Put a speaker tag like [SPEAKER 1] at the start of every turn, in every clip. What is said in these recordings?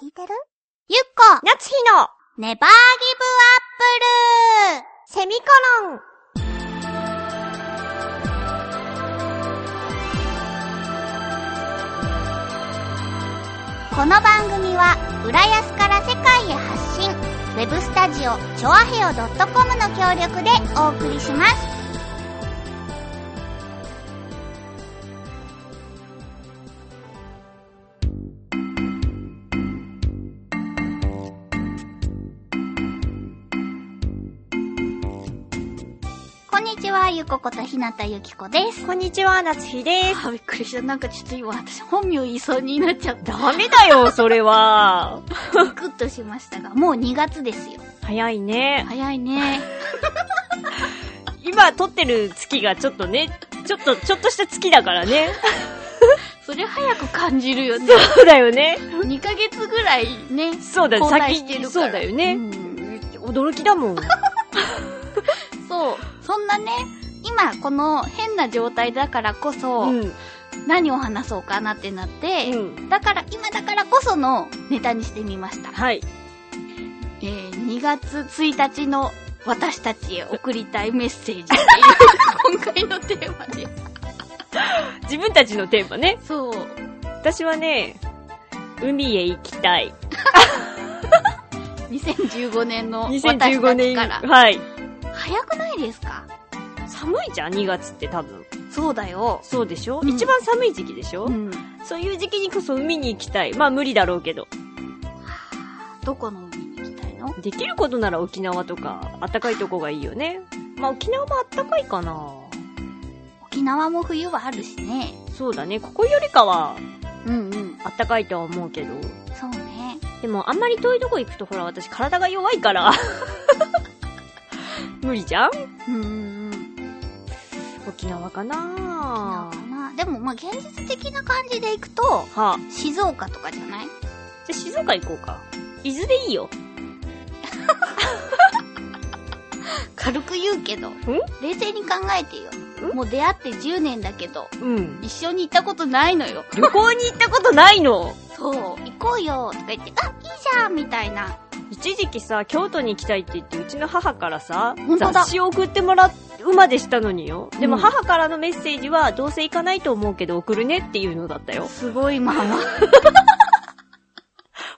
[SPEAKER 1] 聞いてるゆっこ
[SPEAKER 2] 夏日の
[SPEAKER 1] ネバーギブアップル
[SPEAKER 2] セミコロン
[SPEAKER 1] この番組は浦安から世界へ発信ウェブスタジオチョアヘオ .com の協力でお送りしますこんにちはゆこことひなたゆきこです
[SPEAKER 2] こんにちは、夏日です。
[SPEAKER 1] あびっくりしたなんかちょっと今私本名言いそうになっちゃった
[SPEAKER 2] ダメだよ、それは。
[SPEAKER 1] ビクッとしましたが、もう2月ですよ。
[SPEAKER 2] 早いね。
[SPEAKER 1] 早いね。
[SPEAKER 2] 今撮ってる月がちょっとね、ちょっと、ちょっとした月だからね。
[SPEAKER 1] それ早く感じるよね。
[SPEAKER 2] そうだよね。
[SPEAKER 1] 2ヶ月ぐらいね。
[SPEAKER 2] そうだよ、
[SPEAKER 1] 交代して
[SPEAKER 2] 先
[SPEAKER 1] るから
[SPEAKER 2] そうだよ
[SPEAKER 1] う
[SPEAKER 2] ね。
[SPEAKER 1] ん
[SPEAKER 2] 驚きだも ん。
[SPEAKER 1] そう。そんなね、今この変な状態だからこそ、
[SPEAKER 2] うん。
[SPEAKER 1] 何を話そうかなってなって、
[SPEAKER 2] うん。
[SPEAKER 1] だから、今だからこそのネタにしてみました。
[SPEAKER 2] はい。
[SPEAKER 1] えー、2月1日の私たちへ送りたいメッセージって いう今回のテーマで。
[SPEAKER 2] 自分たちのテーマね。
[SPEAKER 1] そう。
[SPEAKER 2] 私はね、海へ行きたい。
[SPEAKER 1] 2015年の私たち
[SPEAKER 2] 2015年。
[SPEAKER 1] から。
[SPEAKER 2] はい。
[SPEAKER 1] 早くないですか
[SPEAKER 2] 寒いじゃん、2月って多分。
[SPEAKER 1] そうだよ。
[SPEAKER 2] そうでしょ、
[SPEAKER 1] うん
[SPEAKER 2] 一番寒い時期でしょ、
[SPEAKER 1] うん。
[SPEAKER 2] そういう時期にこそ海に行きたい。まあ無理だろうけど。
[SPEAKER 1] どこの海に行きたいの
[SPEAKER 2] できることなら沖縄とか、暖かいとこがいいよね。まあ沖縄も暖かいかな。
[SPEAKER 1] 沖縄も冬はあるしね。
[SPEAKER 2] そうだね、ここよりかは
[SPEAKER 1] うんうん。
[SPEAKER 2] 暖かいとは思うけど。
[SPEAKER 1] そうね。
[SPEAKER 2] でもあんまり遠いとこ行くとほら私体が弱いから。 無理じゃん
[SPEAKER 1] うんうんうん。
[SPEAKER 2] 沖縄か
[SPEAKER 1] な
[SPEAKER 2] な
[SPEAKER 1] のかな。でもまあ現実的な感じで行くと、
[SPEAKER 2] はあ、
[SPEAKER 1] 静岡とかじゃない
[SPEAKER 2] じゃあ静岡行こうか。伊豆でいいよ。
[SPEAKER 1] 軽く言うけど、冷静に考えてよ
[SPEAKER 2] ん。
[SPEAKER 1] もう出会って10年だけど、
[SPEAKER 2] うん。
[SPEAKER 1] 一緒に行ったことないのよ。
[SPEAKER 2] 旅行に行ったことないの
[SPEAKER 1] そう、行こうよとか言って、あ、いいじゃんみたいな。
[SPEAKER 2] 一時期さ、京都に行きたいって言って、うちの母からさ
[SPEAKER 1] 本、当だ
[SPEAKER 2] 雑誌を送ってもらうまでしたのによ。でも
[SPEAKER 1] うん
[SPEAKER 2] 母からのメッセージは、どうせ行かないと思うけど送るねっていうのだったよ。
[SPEAKER 1] すごいママ。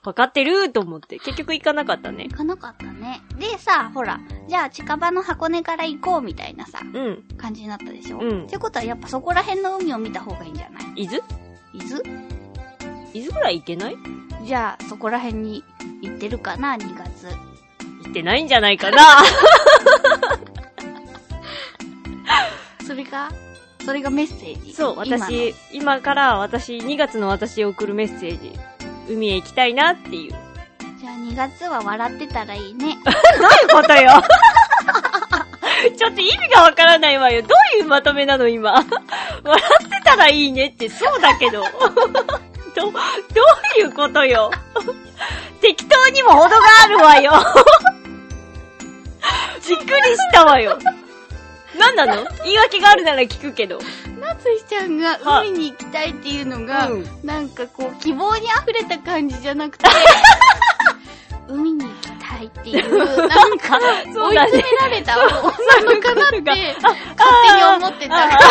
[SPEAKER 2] わかってると思って。結局行かなかったね
[SPEAKER 1] 行。かなかったね。でさ、ほら、じゃあ近場の箱根から行こうみたいなさ、
[SPEAKER 2] うん。
[SPEAKER 1] 感じになったでしょ
[SPEAKER 2] うん
[SPEAKER 1] ってことはやっぱそこら辺の海を見た方がいいんじゃない
[SPEAKER 2] 伊豆
[SPEAKER 1] 伊豆
[SPEAKER 2] 伊豆ぐらい行けない
[SPEAKER 1] じゃあそこら辺に行ってるかな、2月。
[SPEAKER 2] 行ってないんじゃない かな。
[SPEAKER 1] それが、それがメッセージ。
[SPEAKER 2] そう、私、今から私、2月の私へ送るメッセージ。海へ行きたいなっていう。
[SPEAKER 1] 今のじゃあ2月は笑ってたらいい ね。
[SPEAKER 2] どういうことよちょっと意味がわからないわよ。どういうまとめなの今。笑ってたらいいねってそうだけど。ど、どういうことよ。適当にも程があるわよ。びっくりしたわよ。なんなの言い訳があるなら聞くけど。
[SPEAKER 1] 夏日ちゃんが海に行きたいっていうのが、
[SPEAKER 2] うん
[SPEAKER 1] なんかこう希望に溢れた感じじゃな くて、海に行きたいっていう、なんか
[SPEAKER 2] そ
[SPEAKER 1] 追
[SPEAKER 2] う
[SPEAKER 1] い
[SPEAKER 2] だね
[SPEAKER 1] 詰められた女の子なって、勝手に思ってた。
[SPEAKER 2] あ
[SPEAKER 1] だ
[SPEAKER 2] ー
[SPEAKER 1] から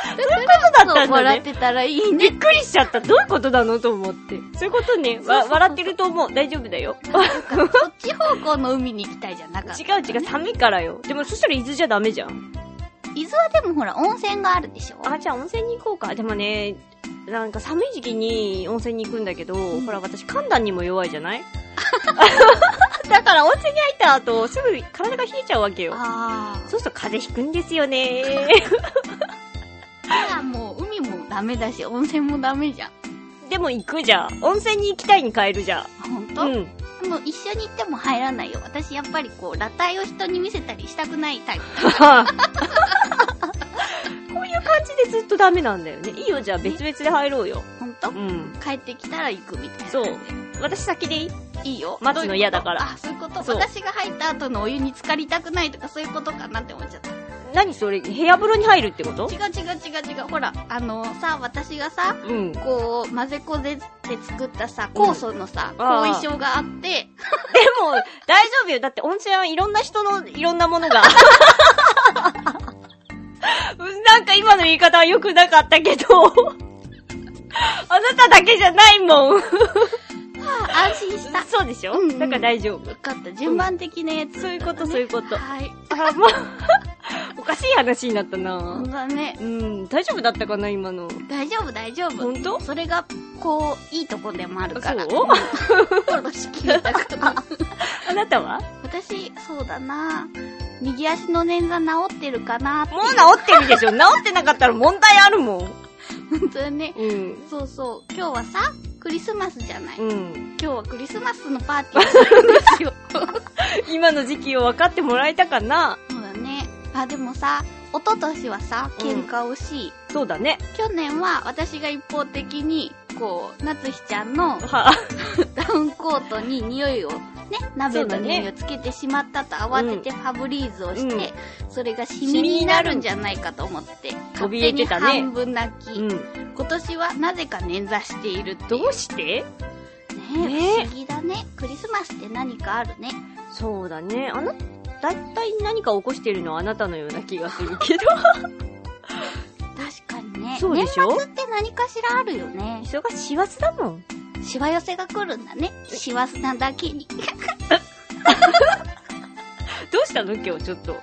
[SPEAKER 2] そういうことだったんだね
[SPEAKER 1] そう笑ってたらいいね。
[SPEAKER 2] びっくりしちゃった。どういうことなのと思って。そういうことね。わ、笑ってると思う。大丈夫だよ。
[SPEAKER 1] そっち方向の海に行きたいじゃなかった。
[SPEAKER 2] 違う違う、寒いからよ。でもそしたら伊豆じゃダメじゃん。
[SPEAKER 1] 伊豆はでもほら温泉があるでしょ
[SPEAKER 2] あ、じゃあ温泉に行こうか。でもね、なんか寒い時期に温泉に行くんだけど、
[SPEAKER 1] ん
[SPEAKER 2] ほら私寒暖にも弱いじゃない だから温泉に入った後、すぐ体が冷えちゃうわけよ。
[SPEAKER 1] あー。
[SPEAKER 2] そうすると風邪ひくんですよね。
[SPEAKER 1] じゃあもう海もダメだし、温泉もダメじゃん。
[SPEAKER 2] でも行くじゃん。温泉に行きたいに変えるじゃん。
[SPEAKER 1] あほんと、
[SPEAKER 2] うん。
[SPEAKER 1] でも一緒に行っても入らないよ。私やっぱりこう、裸体を人に見せたりしたくないタイプ。
[SPEAKER 2] こういう感じでずっとダメなんだよね。いいよ、じゃあ別々で入ろうよ。
[SPEAKER 1] ほんと
[SPEAKER 2] うん。
[SPEAKER 1] 帰ってきたら行くみたいな。
[SPEAKER 2] そう。私先でいい
[SPEAKER 1] いいよ。
[SPEAKER 2] 待つの嫌だから
[SPEAKER 1] どういうことあ、そういうこと。
[SPEAKER 2] そう
[SPEAKER 1] 私が入った後のお湯に浸かりたくないとかそういうことかなって思っちゃった。
[SPEAKER 2] 何それ部屋風呂に入るってこと
[SPEAKER 1] 違う違う違う違う。ほら、あのさ、私がさ、
[SPEAKER 2] うん。 で
[SPEAKER 1] こう、混ぜこぜで作ったさ、酵素のさ、
[SPEAKER 2] うんあ
[SPEAKER 1] 後
[SPEAKER 2] ー
[SPEAKER 1] 遺症があって、
[SPEAKER 2] も、大丈夫よ。だって温泉はいろんな人のいろんなものが。 なんか今の言い方は良くなかったけど。あなただけじゃないもん。
[SPEAKER 1] あ安心した。
[SPEAKER 2] そうでしょ、
[SPEAKER 1] うんうん
[SPEAKER 2] だから大丈夫。
[SPEAKER 1] よかった。順番的なやつ、
[SPEAKER 2] そういうこと、そういうこと。
[SPEAKER 1] はい。
[SPEAKER 2] あ、もうおかしい話になった
[SPEAKER 1] ほ
[SPEAKER 2] なん
[SPEAKER 1] とだね。
[SPEAKER 2] うん、大丈夫だったかな、今の。
[SPEAKER 1] 大丈夫、大丈夫
[SPEAKER 2] ほ。んと
[SPEAKER 1] それが、こう、いいとこでもあるから。
[SPEAKER 2] そう
[SPEAKER 1] フォローしきれた から。
[SPEAKER 2] あなたは
[SPEAKER 1] 私、そうだな右足の捻挫治ってるかな
[SPEAKER 2] もう治ってるでしょ治ってなかったら問題あるもん。
[SPEAKER 1] 本当だね。
[SPEAKER 2] うん。
[SPEAKER 1] そうそう。今日はさ、クリスマスじゃない。
[SPEAKER 2] うん。
[SPEAKER 1] 今日はクリスマスのパーテ ィーするんですよ。
[SPEAKER 2] 今の時期を分かってもらえたかな
[SPEAKER 1] そうだね。あ、でもさ、一昨年はさ、喧嘩をし、
[SPEAKER 2] そうだね。
[SPEAKER 1] 去年は私が一方的に、こう、夏日ちゃん の
[SPEAKER 2] は、
[SPEAKER 1] ダウンコートに匂いを、ね、鍋の匂いをつけてしまったと慌ててファブリーズをして、それがシミになるんじゃないかと思って、勝手
[SPEAKER 2] 怯え
[SPEAKER 1] に
[SPEAKER 2] てたね
[SPEAKER 1] 半分泣き、
[SPEAKER 2] うん。
[SPEAKER 1] 今年はなぜか捻挫しているってい
[SPEAKER 2] ど
[SPEAKER 1] う
[SPEAKER 2] うして
[SPEAKER 1] ね
[SPEAKER 2] ね
[SPEAKER 1] 不思議だね。クリスマスって何かあるね。
[SPEAKER 2] そうだね。あな、だいたい何か起こしてるのはあなたのような気がするけど。
[SPEAKER 1] 確かにね。
[SPEAKER 2] そうでしょ
[SPEAKER 1] 年末って何かしらあるよね。
[SPEAKER 2] 人が幸せだもん。
[SPEAKER 1] しわ寄せが来るんだね。しわすなだけに。
[SPEAKER 2] どうしたの今日ちょっと。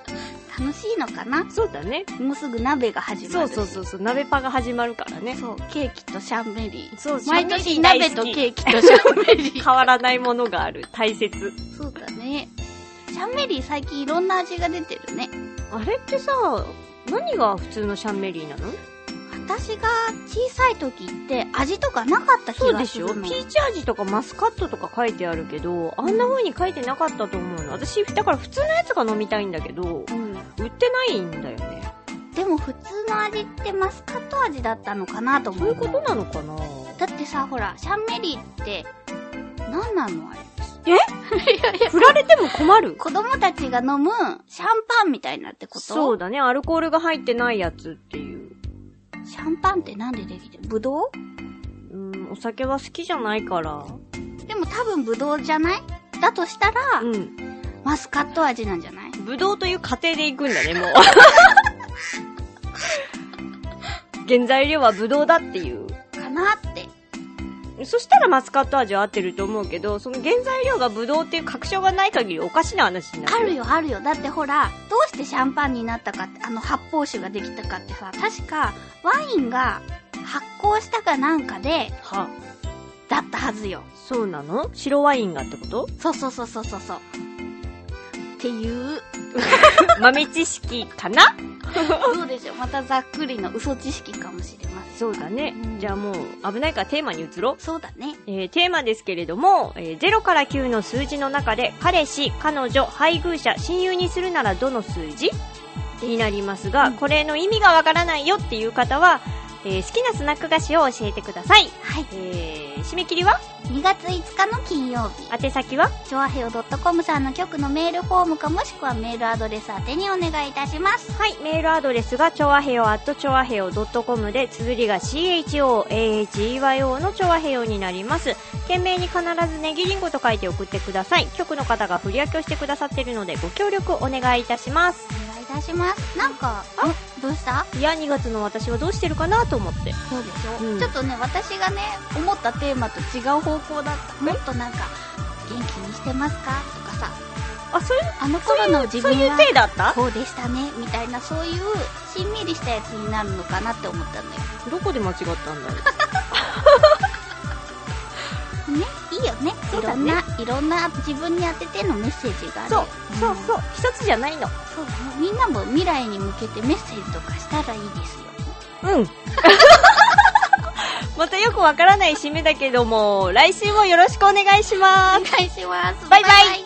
[SPEAKER 1] 楽しいのかな
[SPEAKER 2] そうだね。
[SPEAKER 1] もうすぐ鍋が始
[SPEAKER 2] そ
[SPEAKER 1] ま
[SPEAKER 2] う
[SPEAKER 1] るし。
[SPEAKER 2] そうそううそう。鍋パが始まるからね。
[SPEAKER 1] そう。ケーキとシャンメリー。
[SPEAKER 2] そう
[SPEAKER 1] 毎
[SPEAKER 2] シ
[SPEAKER 1] 年
[SPEAKER 2] ャンメリー
[SPEAKER 1] 鍋
[SPEAKER 2] 大好
[SPEAKER 1] と
[SPEAKER 2] き
[SPEAKER 1] ケーキとシャンメリ
[SPEAKER 2] 変
[SPEAKER 1] ー。
[SPEAKER 2] わらないものがある。大切。
[SPEAKER 1] そうだね。シャンメリー最近いろんな味が出てるね。
[SPEAKER 2] あれってさ、何が普通のシャンメリーなの
[SPEAKER 1] 私が小さい時って味とかなかった気
[SPEAKER 2] そう
[SPEAKER 1] が
[SPEAKER 2] ですし
[SPEAKER 1] る
[SPEAKER 2] ょ
[SPEAKER 1] の。
[SPEAKER 2] ピーチ味とかマスカットとか書いてあるけど、あんな風に書いてなかったと思うの。私、だから普通のやつが飲みたいんだけど、
[SPEAKER 1] うん。
[SPEAKER 2] 売ってないんだよね。
[SPEAKER 1] でも普通の味ってマスカット味だったのかなと思
[SPEAKER 2] そう
[SPEAKER 1] う
[SPEAKER 2] い
[SPEAKER 1] の
[SPEAKER 2] うことなのかな
[SPEAKER 1] だってさほらシャンメリーって何なのあれ
[SPEAKER 2] え振られても困る。
[SPEAKER 1] 子供たちが飲むシャンパンみたいなってこと
[SPEAKER 2] そうだね、アルコールが入ってないやつっていう。
[SPEAKER 1] シャンパンってなんでできてるぶどう
[SPEAKER 2] うん、お酒は好きじゃないから。
[SPEAKER 1] でも多分ぶどうじゃないだとしたら、
[SPEAKER 2] うん。
[SPEAKER 1] マスカット味なんじゃない
[SPEAKER 2] ぶどうという過程で行くんだね、 もう。原材料はぶどうだっていう。
[SPEAKER 1] かなって
[SPEAKER 2] そしたらマスカット味は合ってると思うけど、その原材料がブドウっていう確証がない限りおかしな話になる。
[SPEAKER 1] あるよあるよだってほらどうしてシャンパンになったかってあの発泡酒ができたかってさ確かワインが発酵したかなんかで
[SPEAKER 2] は、
[SPEAKER 1] だったはずよ
[SPEAKER 2] そうなの白ワインがってこと
[SPEAKER 1] そうそうそうそうそうそうっていう
[SPEAKER 2] 豆知識かな
[SPEAKER 1] どうでしょうまたざっくりの嘘知識かもしれません。
[SPEAKER 2] そうだね
[SPEAKER 1] うん。
[SPEAKER 2] じゃあもう危ないからテーマに移ろう。
[SPEAKER 1] そうだね。
[SPEAKER 2] えー、テーマですけれども、えー0から9の数字の中で、彼氏、彼女、配偶者、親友にするならどの数字になりますが、
[SPEAKER 1] うん
[SPEAKER 2] これの意味がわからないよっていう方は、えー好きなスナック菓子を教えてください。
[SPEAKER 1] はい。
[SPEAKER 2] えー、締め切りは
[SPEAKER 1] 2月5日の金曜日、
[SPEAKER 2] 宛先は
[SPEAKER 1] チョアヘオ .com さんの局のメールフォームかもしくはメールアドレス宛てにお願いいたします。
[SPEAKER 2] はい、メールアドレスが、ちょわへよ at ちょわへよ .com で、綴りが CHOAHEYO のちょわへよになります。件名に必ずネギリンゴと書いて送ってください。局の方が振り分けをしてくださっているので、ご協力お願いいたします。
[SPEAKER 1] お願いいたします。なんか、あどうした
[SPEAKER 2] いや、2月の私はどうしてるかなと思って。
[SPEAKER 1] そうでしょ、
[SPEAKER 2] うん
[SPEAKER 1] ちょっとね、私がね、思ったテーマと違う方向だった。もっとなんか、元気にしてますかとかさ、
[SPEAKER 2] あ、そういう、
[SPEAKER 1] あの頃の自
[SPEAKER 2] そう
[SPEAKER 1] 分
[SPEAKER 2] いう
[SPEAKER 1] は
[SPEAKER 2] 体だった
[SPEAKER 1] こうでしたね、みたいな、そういう、しんみりしたやつになるのかなって思ったんだよ。
[SPEAKER 2] どこで間違ったんだろう。
[SPEAKER 1] ね、いいよね。
[SPEAKER 2] そう
[SPEAKER 1] いろ
[SPEAKER 2] だ
[SPEAKER 1] ん
[SPEAKER 2] ね
[SPEAKER 1] な、いろんな自分に当ててのメッセージがある。
[SPEAKER 2] そう、 そう
[SPEAKER 1] そ
[SPEAKER 2] そう、一つじゃないの。
[SPEAKER 1] うだね。みんなも未来に向けてメッセージとかしたらいいですよ。
[SPEAKER 2] うん。 またよくわからない締めだけども、来週もよろしくお願いします
[SPEAKER 1] お。願いします。
[SPEAKER 2] バイバイ